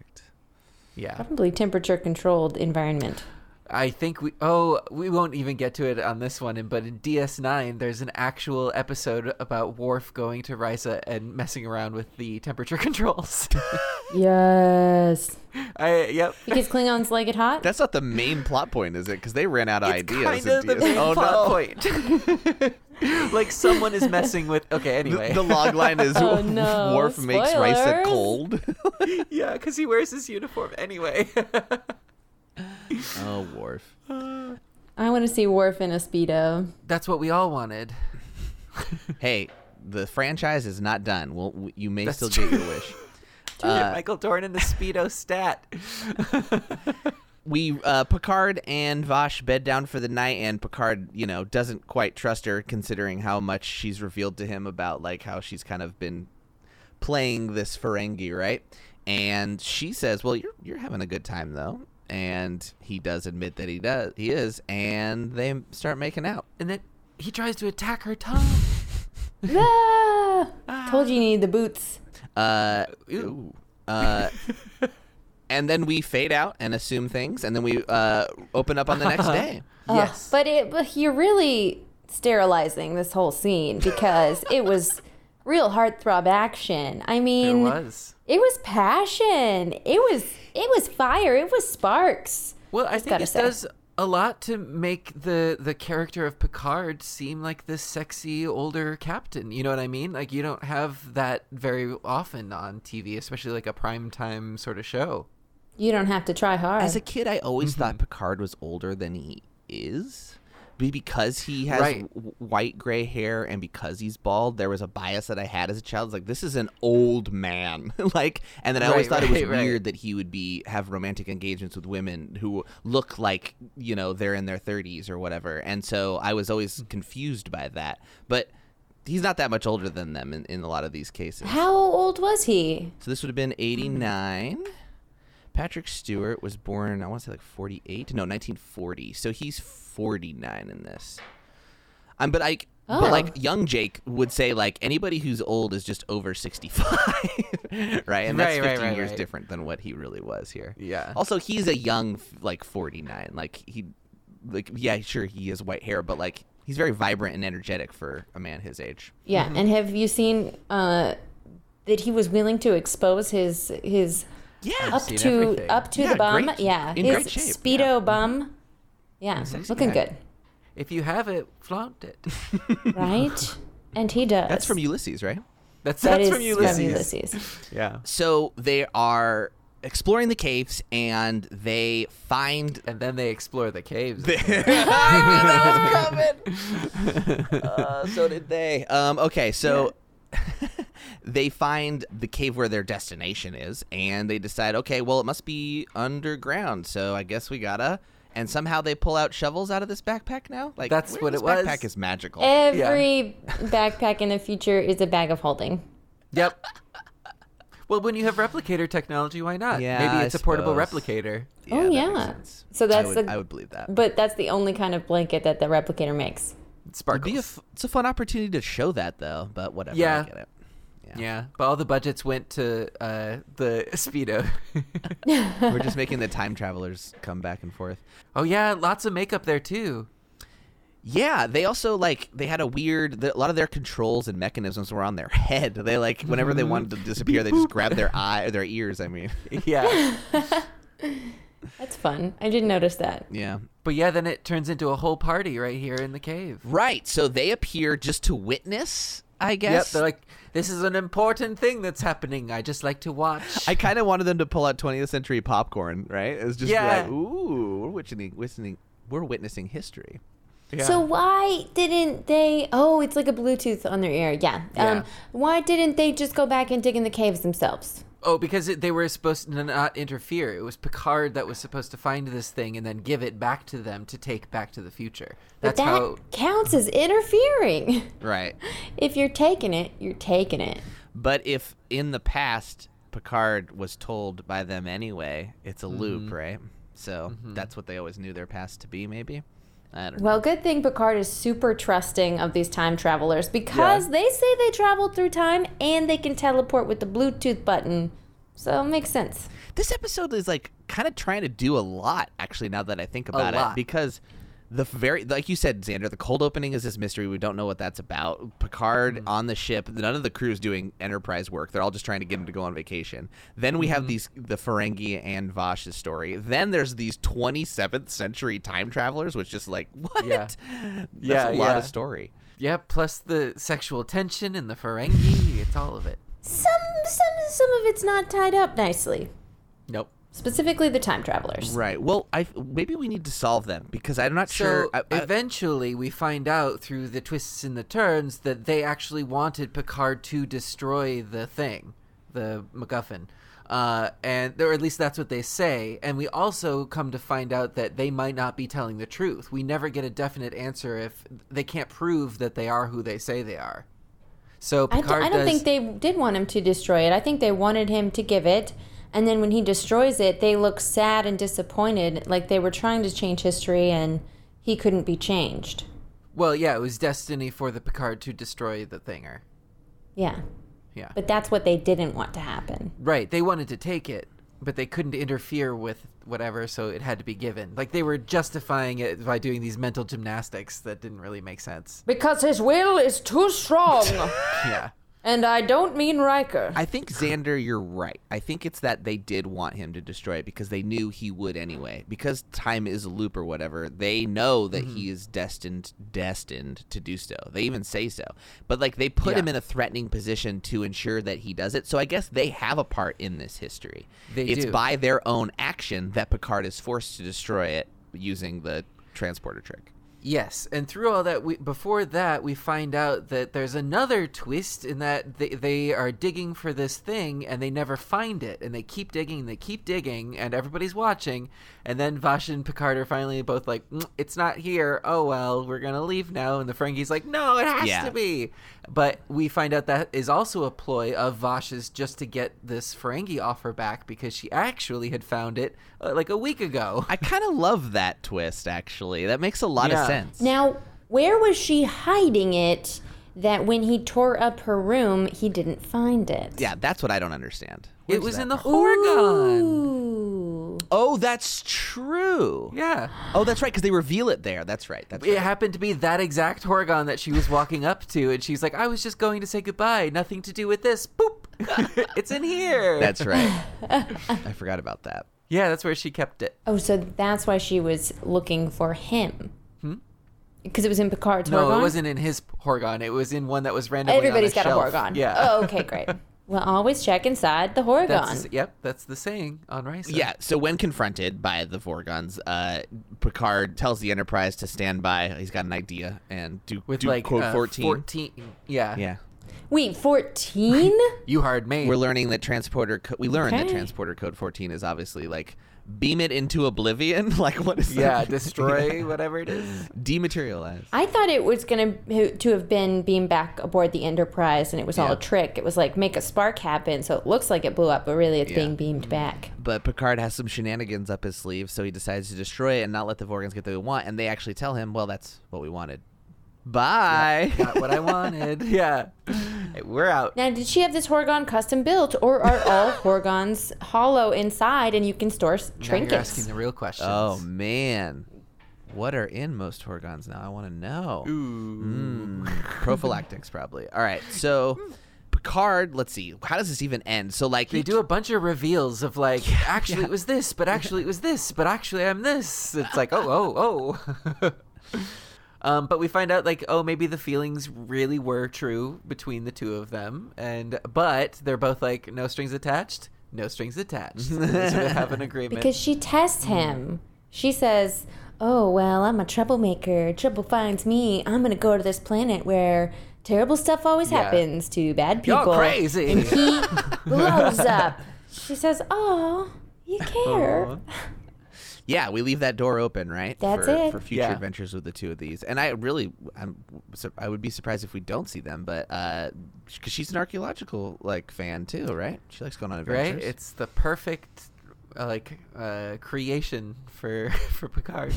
[SPEAKER 3] wearing. yeah.
[SPEAKER 5] Probably temperature controlled environment.
[SPEAKER 3] I think we oh we won't even get to it on this one, but in DS9 there's an actual episode about Worf going to Risa and messing around with the temperature controls.
[SPEAKER 5] Yes.
[SPEAKER 3] I yep.
[SPEAKER 5] Because Klingons like it hot?
[SPEAKER 4] That's not the main plot point, is it? Because they ran out of ideas.
[SPEAKER 3] Kind
[SPEAKER 4] in
[SPEAKER 3] of the
[SPEAKER 4] DS.
[SPEAKER 3] main
[SPEAKER 4] oh
[SPEAKER 3] plot
[SPEAKER 4] no!
[SPEAKER 3] point. like someone is messing with okay anyway.
[SPEAKER 4] The, the log line is
[SPEAKER 5] Oh, no.
[SPEAKER 4] Worf makes Risa
[SPEAKER 5] Spoilers.
[SPEAKER 4] cold.
[SPEAKER 3] yeah, because he wears his uniform anyway.
[SPEAKER 4] oh, Worf.
[SPEAKER 5] I want to see Worf in a Speedo.
[SPEAKER 3] That's what we all wanted.
[SPEAKER 4] Hey, the franchise is not done. Well, w- you may
[SPEAKER 3] That's
[SPEAKER 4] still
[SPEAKER 3] true.
[SPEAKER 4] get your wish. Uh,
[SPEAKER 3] Uh, Michael Dorn in the speedo stat.
[SPEAKER 4] we uh, Picard and Vash bed down for the night, and Picard, you know, doesn't quite trust her, considering how much she's revealed to him about like how she's kind of been playing this Ferengi, right? And she says, "Well, you're you're having a good time though," and he does admit that he does he is, and they start making out.
[SPEAKER 3] And then he tries to attack her tongue.
[SPEAKER 5] Ah! Told you you need the boots.
[SPEAKER 4] Uh,
[SPEAKER 3] Ooh.
[SPEAKER 4] uh, and then we fade out and assume things, and then we uh, open up on the next day.
[SPEAKER 5] Ugh, but it but you're really sterilizing this whole scene because it was real heartthrob action. I
[SPEAKER 3] There
[SPEAKER 5] mean,
[SPEAKER 3] was.
[SPEAKER 5] it was passion. It was it was fire. It was sparks.
[SPEAKER 3] Well, I think
[SPEAKER 5] gotta
[SPEAKER 3] it
[SPEAKER 5] say.
[SPEAKER 3] does a lot to make the the character of Picard seem like this sexy older captain. You know what I mean? Like you don't have that very often on TV, especially like a prime time sort of show.
[SPEAKER 5] You don't have to try hard.
[SPEAKER 4] As a kid, I always thought
[SPEAKER 3] Mm-hmm.
[SPEAKER 4] Picard was older than he is. Be- Because he has
[SPEAKER 3] Right.
[SPEAKER 4] w- white gray hair and because he's bald, there was a bias that I had as a child. It's like this is an old man, like, and then I always
[SPEAKER 3] Right,
[SPEAKER 4] thought it was
[SPEAKER 3] right, right.
[SPEAKER 4] weird that he would be have romantic engagements with women who look like you know they're in their thirties or whatever. And so I was always confused by that. But he's not that much older than them in, in a lot of these cases.
[SPEAKER 5] How old was he?
[SPEAKER 4] So this would have been
[SPEAKER 3] Mm-hmm.
[SPEAKER 4] 89. Patrick Stewart was born, I want to say like 48. No, 1940. So he's 49 in this. Um, but like,
[SPEAKER 5] Oh.
[SPEAKER 4] but like young Jake would say, like anybody who's old is just over 65, right? And that's
[SPEAKER 3] Right, right,
[SPEAKER 4] 15
[SPEAKER 3] right,
[SPEAKER 4] years
[SPEAKER 3] right.
[SPEAKER 4] different than what he really was here.
[SPEAKER 3] Yeah.
[SPEAKER 4] Also, he's a young, like 49. Like he, like yeah, sure he has white hair, but like he's very vibrant and energetic for a man his age.
[SPEAKER 5] Yeah, and have you seen uh, that he was willing to expose his his
[SPEAKER 4] Yeah.
[SPEAKER 5] up
[SPEAKER 3] seen
[SPEAKER 5] to
[SPEAKER 3] everything.
[SPEAKER 5] up to
[SPEAKER 4] Yeah,
[SPEAKER 5] the bum?
[SPEAKER 4] great-
[SPEAKER 5] yeah,
[SPEAKER 4] in
[SPEAKER 5] his
[SPEAKER 4] great shape,
[SPEAKER 5] speedo bum. Yeah, looking good,
[SPEAKER 3] If you have it, flaunt it.
[SPEAKER 5] right? and he does.
[SPEAKER 4] That's from Ulysses, right?
[SPEAKER 3] That's
[SPEAKER 5] That
[SPEAKER 3] that's
[SPEAKER 5] is
[SPEAKER 3] from Ulysses.
[SPEAKER 5] Ulysses.
[SPEAKER 3] Yeah.
[SPEAKER 4] So they are exploring the caves and they find.
[SPEAKER 3] And then they explore the caves.
[SPEAKER 4] Uh, so did they. Um, okay, so they find the cave where their destination is and they decide, okay, well, it must be underground. So I guess we gotta. And somehow they pull out shovels out of this backpack now? Like
[SPEAKER 3] That's
[SPEAKER 4] where
[SPEAKER 3] what
[SPEAKER 4] this
[SPEAKER 3] it was.
[SPEAKER 4] backpack is magical.
[SPEAKER 5] Eh, Every backpack in the future is a bag of holding.
[SPEAKER 3] yep. Well, when you have replicator technology, why not?
[SPEAKER 4] Yeah,
[SPEAKER 3] Maybe
[SPEAKER 4] I
[SPEAKER 3] it's a portable
[SPEAKER 4] suppose.
[SPEAKER 3] replicator.
[SPEAKER 5] oh,
[SPEAKER 4] that
[SPEAKER 5] yeah.
[SPEAKER 4] makes sense.
[SPEAKER 5] So that's
[SPEAKER 4] I would,
[SPEAKER 5] the-
[SPEAKER 4] I would believe that.
[SPEAKER 5] But that's the only kind of blanket that the replicator makes.
[SPEAKER 3] It
[SPEAKER 4] It'd
[SPEAKER 3] sparkles.
[SPEAKER 4] be a f- it's a fun opportunity to show that though, but whatever. I
[SPEAKER 3] Yeah.
[SPEAKER 4] get it.
[SPEAKER 3] yeah, but all the budgets went to uh, the speedo.
[SPEAKER 4] We're just making the time travelers come back and forth.
[SPEAKER 3] oh yeah, lots of makeup there too.
[SPEAKER 4] Yeah, they also like they had a weird. The, a lot of their controls and mechanisms were on their head. They like whenever they wanted
[SPEAKER 3] Mm-hmm.
[SPEAKER 4] to disappear, they just grabbed their eye or their ears. I mean,
[SPEAKER 3] Yeah.
[SPEAKER 5] That's fun. I didn't notice that.
[SPEAKER 4] yeah.
[SPEAKER 3] But yeah, then it turns into a whole party right here in the cave.
[SPEAKER 4] Right. So they appear just to witness. I
[SPEAKER 3] Yep,
[SPEAKER 4] guess.
[SPEAKER 3] they're like, this is an important thing that's happening. I just like to watch.
[SPEAKER 4] I kind of wanted them to pull out 20th century popcorn. Right. It was just
[SPEAKER 3] Yeah.
[SPEAKER 4] like, ooh, we're witnessing, witnessing, we're witnessing history.
[SPEAKER 3] Yeah.
[SPEAKER 5] So why didn't they? Oh, it's like a Bluetooth on their ear. Yeah.
[SPEAKER 3] Yeah.
[SPEAKER 5] Um, why didn't they just go back and dig in the caves themselves?
[SPEAKER 3] oh, because it, they were supposed to not interfere. It was Picard that was supposed to find this thing and then give it back to them to take back to the future. That's
[SPEAKER 5] But that
[SPEAKER 3] how.
[SPEAKER 5] counts as interfering.
[SPEAKER 4] Right.
[SPEAKER 5] If you're taking it, you're taking it.
[SPEAKER 4] But if in the past Picard was told by them anyway, it's a loop, right? So that's what they always knew their past to be, maybe. I don't know.
[SPEAKER 5] Well, good thing Picard is super trusting of these time travelers because they say they traveled through time and they can teleport with the Bluetooth button. So it makes sense.
[SPEAKER 4] This episode is like kind of trying to do a lot, actually. Now that I think about it,
[SPEAKER 3] lot.
[SPEAKER 4] because the very like you said, Xander, the cold opening is this mystery. We don't know what that's about. Picard
[SPEAKER 3] Mm-hmm.
[SPEAKER 4] on the ship. None of the crew is doing Enterprise work. They're all just trying to get him to go on vacation. Then we
[SPEAKER 3] Mm-hmm.
[SPEAKER 4] have these the Ferengi and Vash's story. Then there's these 27th century time travelers, which is like what?
[SPEAKER 3] Yeah.
[SPEAKER 4] that's
[SPEAKER 3] Yeah,
[SPEAKER 4] a lot
[SPEAKER 3] yeah.
[SPEAKER 4] of story.
[SPEAKER 3] Yeah, plus the sexual tension and the Ferengi. It's all of it.
[SPEAKER 5] Some some some of it's not tied up nicely.
[SPEAKER 3] Nope.
[SPEAKER 5] Specifically the time travelers.
[SPEAKER 4] Right. Well, I maybe we need to solve them because I'm not sure.
[SPEAKER 3] So
[SPEAKER 4] I- I-
[SPEAKER 3] eventually, we find out through the twists and the turns that they actually wanted Picard to destroy the thing, the MacGuffin, uh, and or at least that's what they say. And we also come to find out that they might not be telling the truth. We never get a definite answer if they can't prove that they are who they say they are. So
[SPEAKER 5] I d-
[SPEAKER 3] Picard
[SPEAKER 5] I don't
[SPEAKER 3] does.
[SPEAKER 5] think they did want him to destroy it. I think they wanted him to give it. And then when he destroys it, they look sad and disappointed, like they were trying to change history and he couldn't be changed.
[SPEAKER 3] well, yeah, it was destiny for the Picard to destroy the thinger.
[SPEAKER 5] Yeah.
[SPEAKER 3] Yeah.
[SPEAKER 5] But that's what they didn't want to happen.
[SPEAKER 3] Right, they wanted to take it, but they couldn't interfere with whatever, so it had to be given. Like they were justifying it by doing these mental gymnastics that didn't really make sense.
[SPEAKER 5] Because his will is too strong.
[SPEAKER 3] Yeah.
[SPEAKER 5] and I don't mean Riker.
[SPEAKER 4] I think Xander, you're right. I think it's that they did want him to destroy it because they knew he would anyway. Because time is a loop or whatever, they know that
[SPEAKER 3] Mm-hmm.
[SPEAKER 4] he is destined, destined to do so. They even say so. But like they put him in a threatening position to ensure that he does it. So I guess they have a part in this history.
[SPEAKER 3] They
[SPEAKER 4] it's
[SPEAKER 3] do.
[SPEAKER 4] by their own action that Picard is forced to destroy it using the transporter trick.
[SPEAKER 3] Yes, and through all that, we before that we find out that there's another twist in that they, they are digging for this thing and they never find it, and they keep digging, and they keep digging, and everybody's watching, and then Vash and Picard are finally both like, "Mm, "It's not here. Oh well, we're gonna leave now." And the Ferengis like, "No, it has
[SPEAKER 4] Yeah.
[SPEAKER 3] to be." But we find out that is also a ploy of Vash's just to get this Ferengi offer back because she actually had found it uh, like a week ago.
[SPEAKER 4] I kind of love that twist, actually. That makes a lot
[SPEAKER 3] Yeah.
[SPEAKER 4] of sense.
[SPEAKER 5] now, where was she hiding it that when he tore up her room, he didn't find it?
[SPEAKER 4] yeah, that's what I don't understand.
[SPEAKER 3] it was in the Horgon.
[SPEAKER 5] Ooh.
[SPEAKER 4] Oh, that's true.
[SPEAKER 3] Yeah.
[SPEAKER 4] Oh, that's right, because they reveal it there. That's right. That's
[SPEAKER 3] It
[SPEAKER 4] right.
[SPEAKER 3] happened to be that exact Horgon that she was walking up to, and she's like, "I was just going to say goodbye. Nothing to do with this. Boop. it's in here."
[SPEAKER 4] That's right. I forgot about that.
[SPEAKER 3] yeah. That's where she kept it.
[SPEAKER 5] Oh, so that's why she was looking for him. Because it was in Picard's
[SPEAKER 3] Hmm? No,
[SPEAKER 5] Horgon?
[SPEAKER 3] it wasn't in his Horgon. It was in one that was randomly.
[SPEAKER 5] Everybody's
[SPEAKER 3] on
[SPEAKER 5] got
[SPEAKER 3] a shelf.
[SPEAKER 5] a Horgon.
[SPEAKER 3] Yeah.
[SPEAKER 5] Oh, okay, great. well, always check inside the Horgon.
[SPEAKER 3] That's the- yep. That's the saying on Risa.
[SPEAKER 4] Yeah, so when confronted by the Vorgons, uh, Picard tells the Enterprise to stand by. He's got an idea and do,
[SPEAKER 3] With
[SPEAKER 4] do
[SPEAKER 3] like
[SPEAKER 4] quote
[SPEAKER 3] uh,
[SPEAKER 4] 14.
[SPEAKER 3] 14 Yeah.
[SPEAKER 4] Yeah.
[SPEAKER 5] Wait, 14?
[SPEAKER 3] You hard made.
[SPEAKER 4] We're learning that transporter co- we learn that
[SPEAKER 5] Okay.
[SPEAKER 4] transporter code 14 is obviously like beam it into oblivion, like what is
[SPEAKER 3] yeah.
[SPEAKER 4] that?
[SPEAKER 3] Destroy whatever it is.
[SPEAKER 4] dematerialize.
[SPEAKER 5] I thought it was going to to have been beamed back aboard the Enterprise and it was all a trick. It was like make a spark happen so it looks like it blew up, but really it's being
[SPEAKER 3] Mm-hmm.
[SPEAKER 5] beamed back.
[SPEAKER 4] but Picard has some shenanigans up his sleeve, so he decides to destroy it and not let the Vorgons get what they want. And they actually tell him, "Well, that's what we wanted." Bye.
[SPEAKER 3] Got what I wanted. Yeah. We're out.
[SPEAKER 5] Now, did she have this Horgon custom built or are all Horgons hollow inside and you can store s-
[SPEAKER 3] Now you're
[SPEAKER 5] trinkets?
[SPEAKER 3] asking the real questions.
[SPEAKER 4] oh man, what are in most Horgons now? I want to know. Ooh, prophylactics probably. All right, so Picard. Let's see. How does this even end? So like
[SPEAKER 3] They do a bunch of reveals of like, actually it was this, but actually it was this, but actually I'm this. It's like, oh, oh, oh. um, but we find out like, oh, maybe the feelings really were true between the two of them, and but they're both like, no strings attached, no strings attached. so they have an agreement.
[SPEAKER 5] Because she tests him. She says, Oh, well, I'm a troublemaker. Trouble finds me. I'm going to go to this planet where terrible stuff always happens to bad
[SPEAKER 3] You're
[SPEAKER 5] people.
[SPEAKER 3] crazy.
[SPEAKER 5] And he blows up. She says, Oh, you care.
[SPEAKER 4] yeah, we leave that door open, right?
[SPEAKER 5] That's
[SPEAKER 4] for,
[SPEAKER 5] it.
[SPEAKER 4] For future
[SPEAKER 3] Yeah.
[SPEAKER 4] adventures with the two of these, and I really, I'm, sur- I would be surprised if we don't see them, but because she's an archaeological like fan too, right? She likes going on adventures.
[SPEAKER 3] right? It's the perfect uh, like uh, creation for for Picard.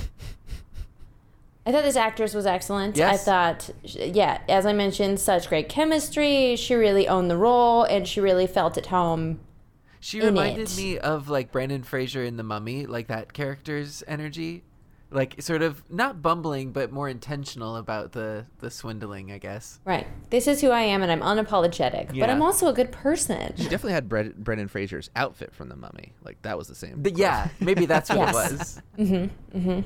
[SPEAKER 5] I thought this actress was excellent.
[SPEAKER 3] Yes.
[SPEAKER 5] I thought, sh- yeah, as I mentioned, such great chemistry. She really owned the role and she really felt at home
[SPEAKER 3] She
[SPEAKER 5] in
[SPEAKER 3] reminded
[SPEAKER 5] it.
[SPEAKER 3] me of like Brandon Fraser in The Mummy, like that character's energy, like sort of not bumbling but more intentional about the the swindling, I guess.
[SPEAKER 5] Right. This is who I am, and I'm unapologetic, but
[SPEAKER 3] Yeah.
[SPEAKER 5] I'm also a good person.
[SPEAKER 4] She definitely had Bre- Brendan Fraser's outfit from The Mummy. Like that was the same.
[SPEAKER 3] But yeah, maybe that's what
[SPEAKER 5] Yes.
[SPEAKER 3] it was.
[SPEAKER 5] Mm-hmm.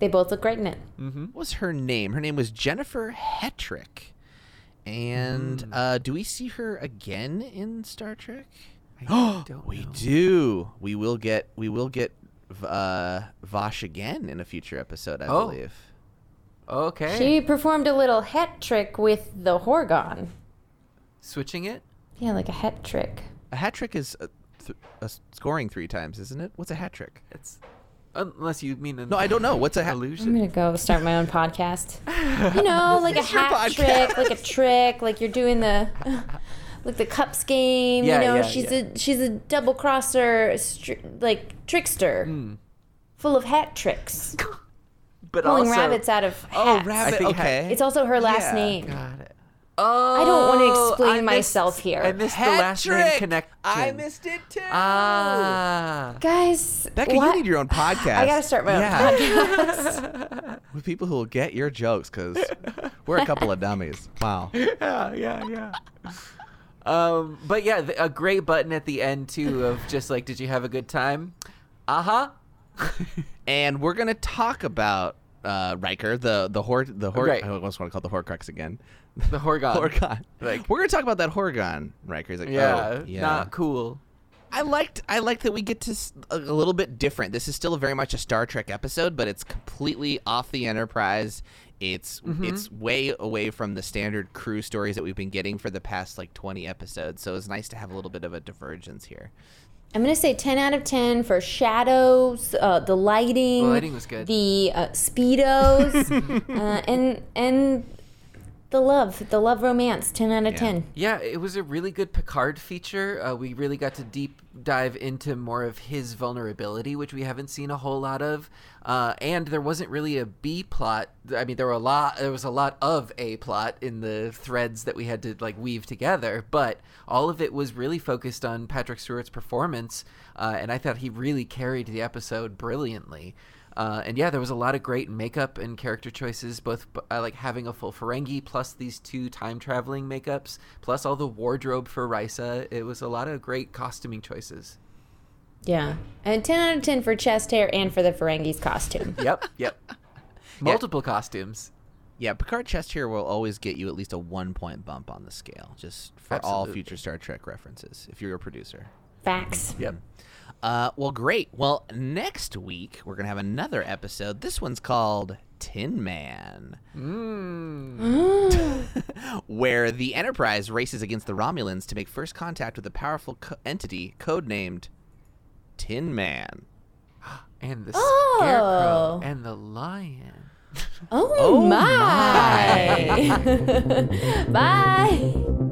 [SPEAKER 5] They both look great in it.
[SPEAKER 4] What was her name? Her name was Jennifer Hetrick. And
[SPEAKER 3] Hmm.
[SPEAKER 4] uh, do we see her again in Star Trek?
[SPEAKER 3] I don't
[SPEAKER 4] We
[SPEAKER 3] know.
[SPEAKER 4] do. We will get. We will get uh, Vosh again in a future episode, I
[SPEAKER 3] Oh.
[SPEAKER 4] believe.
[SPEAKER 3] Okay,
[SPEAKER 5] She performed a little hat trick with the Horgon.
[SPEAKER 3] switching it.
[SPEAKER 5] Yeah, like a hat trick.
[SPEAKER 4] A hat trick is a, th- a s- scoring three times, isn't it? What's a hat trick?
[SPEAKER 3] It's unless you mean an
[SPEAKER 4] No, I don't know. What's a hat?
[SPEAKER 5] I'm
[SPEAKER 3] illusion.
[SPEAKER 5] gonna go start my own podcast. You know, like a
[SPEAKER 4] It's your
[SPEAKER 5] hat
[SPEAKER 4] podcast.
[SPEAKER 5] trick, like a trick, like you're doing the like the cups game.
[SPEAKER 3] Yeah,
[SPEAKER 5] you know,
[SPEAKER 3] yeah,
[SPEAKER 5] she's
[SPEAKER 3] yeah.
[SPEAKER 5] a she's a double crosser, a str- like trickster,
[SPEAKER 4] Hmm.
[SPEAKER 5] full of hat tricks,
[SPEAKER 3] But
[SPEAKER 5] pulling
[SPEAKER 3] also,
[SPEAKER 5] rabbits out of
[SPEAKER 4] Oh,
[SPEAKER 5] hats.
[SPEAKER 4] rabbit.
[SPEAKER 3] I think
[SPEAKER 4] okay.
[SPEAKER 5] It's also her last
[SPEAKER 4] Yeah.
[SPEAKER 5] name.
[SPEAKER 3] Got it. Oh,
[SPEAKER 5] I don't want to
[SPEAKER 3] I
[SPEAKER 5] explain
[SPEAKER 3] missed-
[SPEAKER 5] myself here,
[SPEAKER 3] I missed the
[SPEAKER 4] Hat
[SPEAKER 3] last name
[SPEAKER 4] trick!
[SPEAKER 3] connection.
[SPEAKER 4] I missed it too.
[SPEAKER 3] Ah,
[SPEAKER 5] guys.
[SPEAKER 4] Becca,
[SPEAKER 5] what?
[SPEAKER 4] you need your own podcast.
[SPEAKER 5] I gotta start my own
[SPEAKER 4] Yeah.
[SPEAKER 5] podcast.
[SPEAKER 4] with people who will get your jokes because we're a couple of dummies. Wow.
[SPEAKER 3] yeah, yeah, yeah. Um, but yeah, th a great button at the end too of just like, did you have a good time? Uh huh.
[SPEAKER 4] And we're gonna talk about uh, Riker, the the hor the hor.
[SPEAKER 3] Right.
[SPEAKER 4] I almost want to call it the Horcrux again.
[SPEAKER 3] The Horgon.
[SPEAKER 4] Horgon.
[SPEAKER 3] Like-
[SPEAKER 4] we're gonna talk about that Horgon Riker. He's like,
[SPEAKER 3] Yeah,
[SPEAKER 4] oh, yeah.
[SPEAKER 3] not cool.
[SPEAKER 4] I liked I liked that we get to s- a, a little bit different. This is still very much a Star Trek episode, but it's completely off the Enterprise. It's
[SPEAKER 3] Mm-hmm.
[SPEAKER 4] it's way away from the standard crew stories that we've been getting for the past like twenty episodes. So it's nice to have a little bit of a divergence here.
[SPEAKER 5] I'm gonna say 10 out of 10 for shadows, uh, the lighting,
[SPEAKER 3] The Oh, lighting was good.
[SPEAKER 5] the uh, speedos, uh, and and the love, the love romance. 10 out of 10.
[SPEAKER 3] Yeah, it was a really good Picard feature. Uh, we really got to deep dive into more of his vulnerability, which we haven't seen a whole lot of. Uh, and there wasn't really a B plot. I mean, there were a lot. There was a lot of A plot in the threads that we had to like weave together. But all of it was really focused on Patrick Stewart's performance, uh, and I thought he really carried the episode brilliantly. Uh, and yeah, there was a lot of great makeup and character choices, both uh, like having a full Ferengi plus these two time traveling makeups, plus all the wardrobe for Risa. It was a lot of great costuming choices.
[SPEAKER 5] Yeah, and 10 out of 10 for chest hair and for the Ferengi's costume.
[SPEAKER 3] Yep, yep. Multiple costumes.
[SPEAKER 4] Yeah, Picard chest here will always get you at least a one point bump on the scale, just for all
[SPEAKER 3] Absolutely.
[SPEAKER 4] future Star Trek references. If you're a producer.
[SPEAKER 5] Facts.
[SPEAKER 3] Yep.
[SPEAKER 4] Uh, well, great. Well, next week we're gonna have another episode. This one's called Tin Man, where the Enterprise races against the Romulans to make first contact with a powerful co- entity codenamed Tin Man.
[SPEAKER 3] And the
[SPEAKER 5] Oh.
[SPEAKER 3] scarecrow and the lion.
[SPEAKER 5] Oh, my. Bye.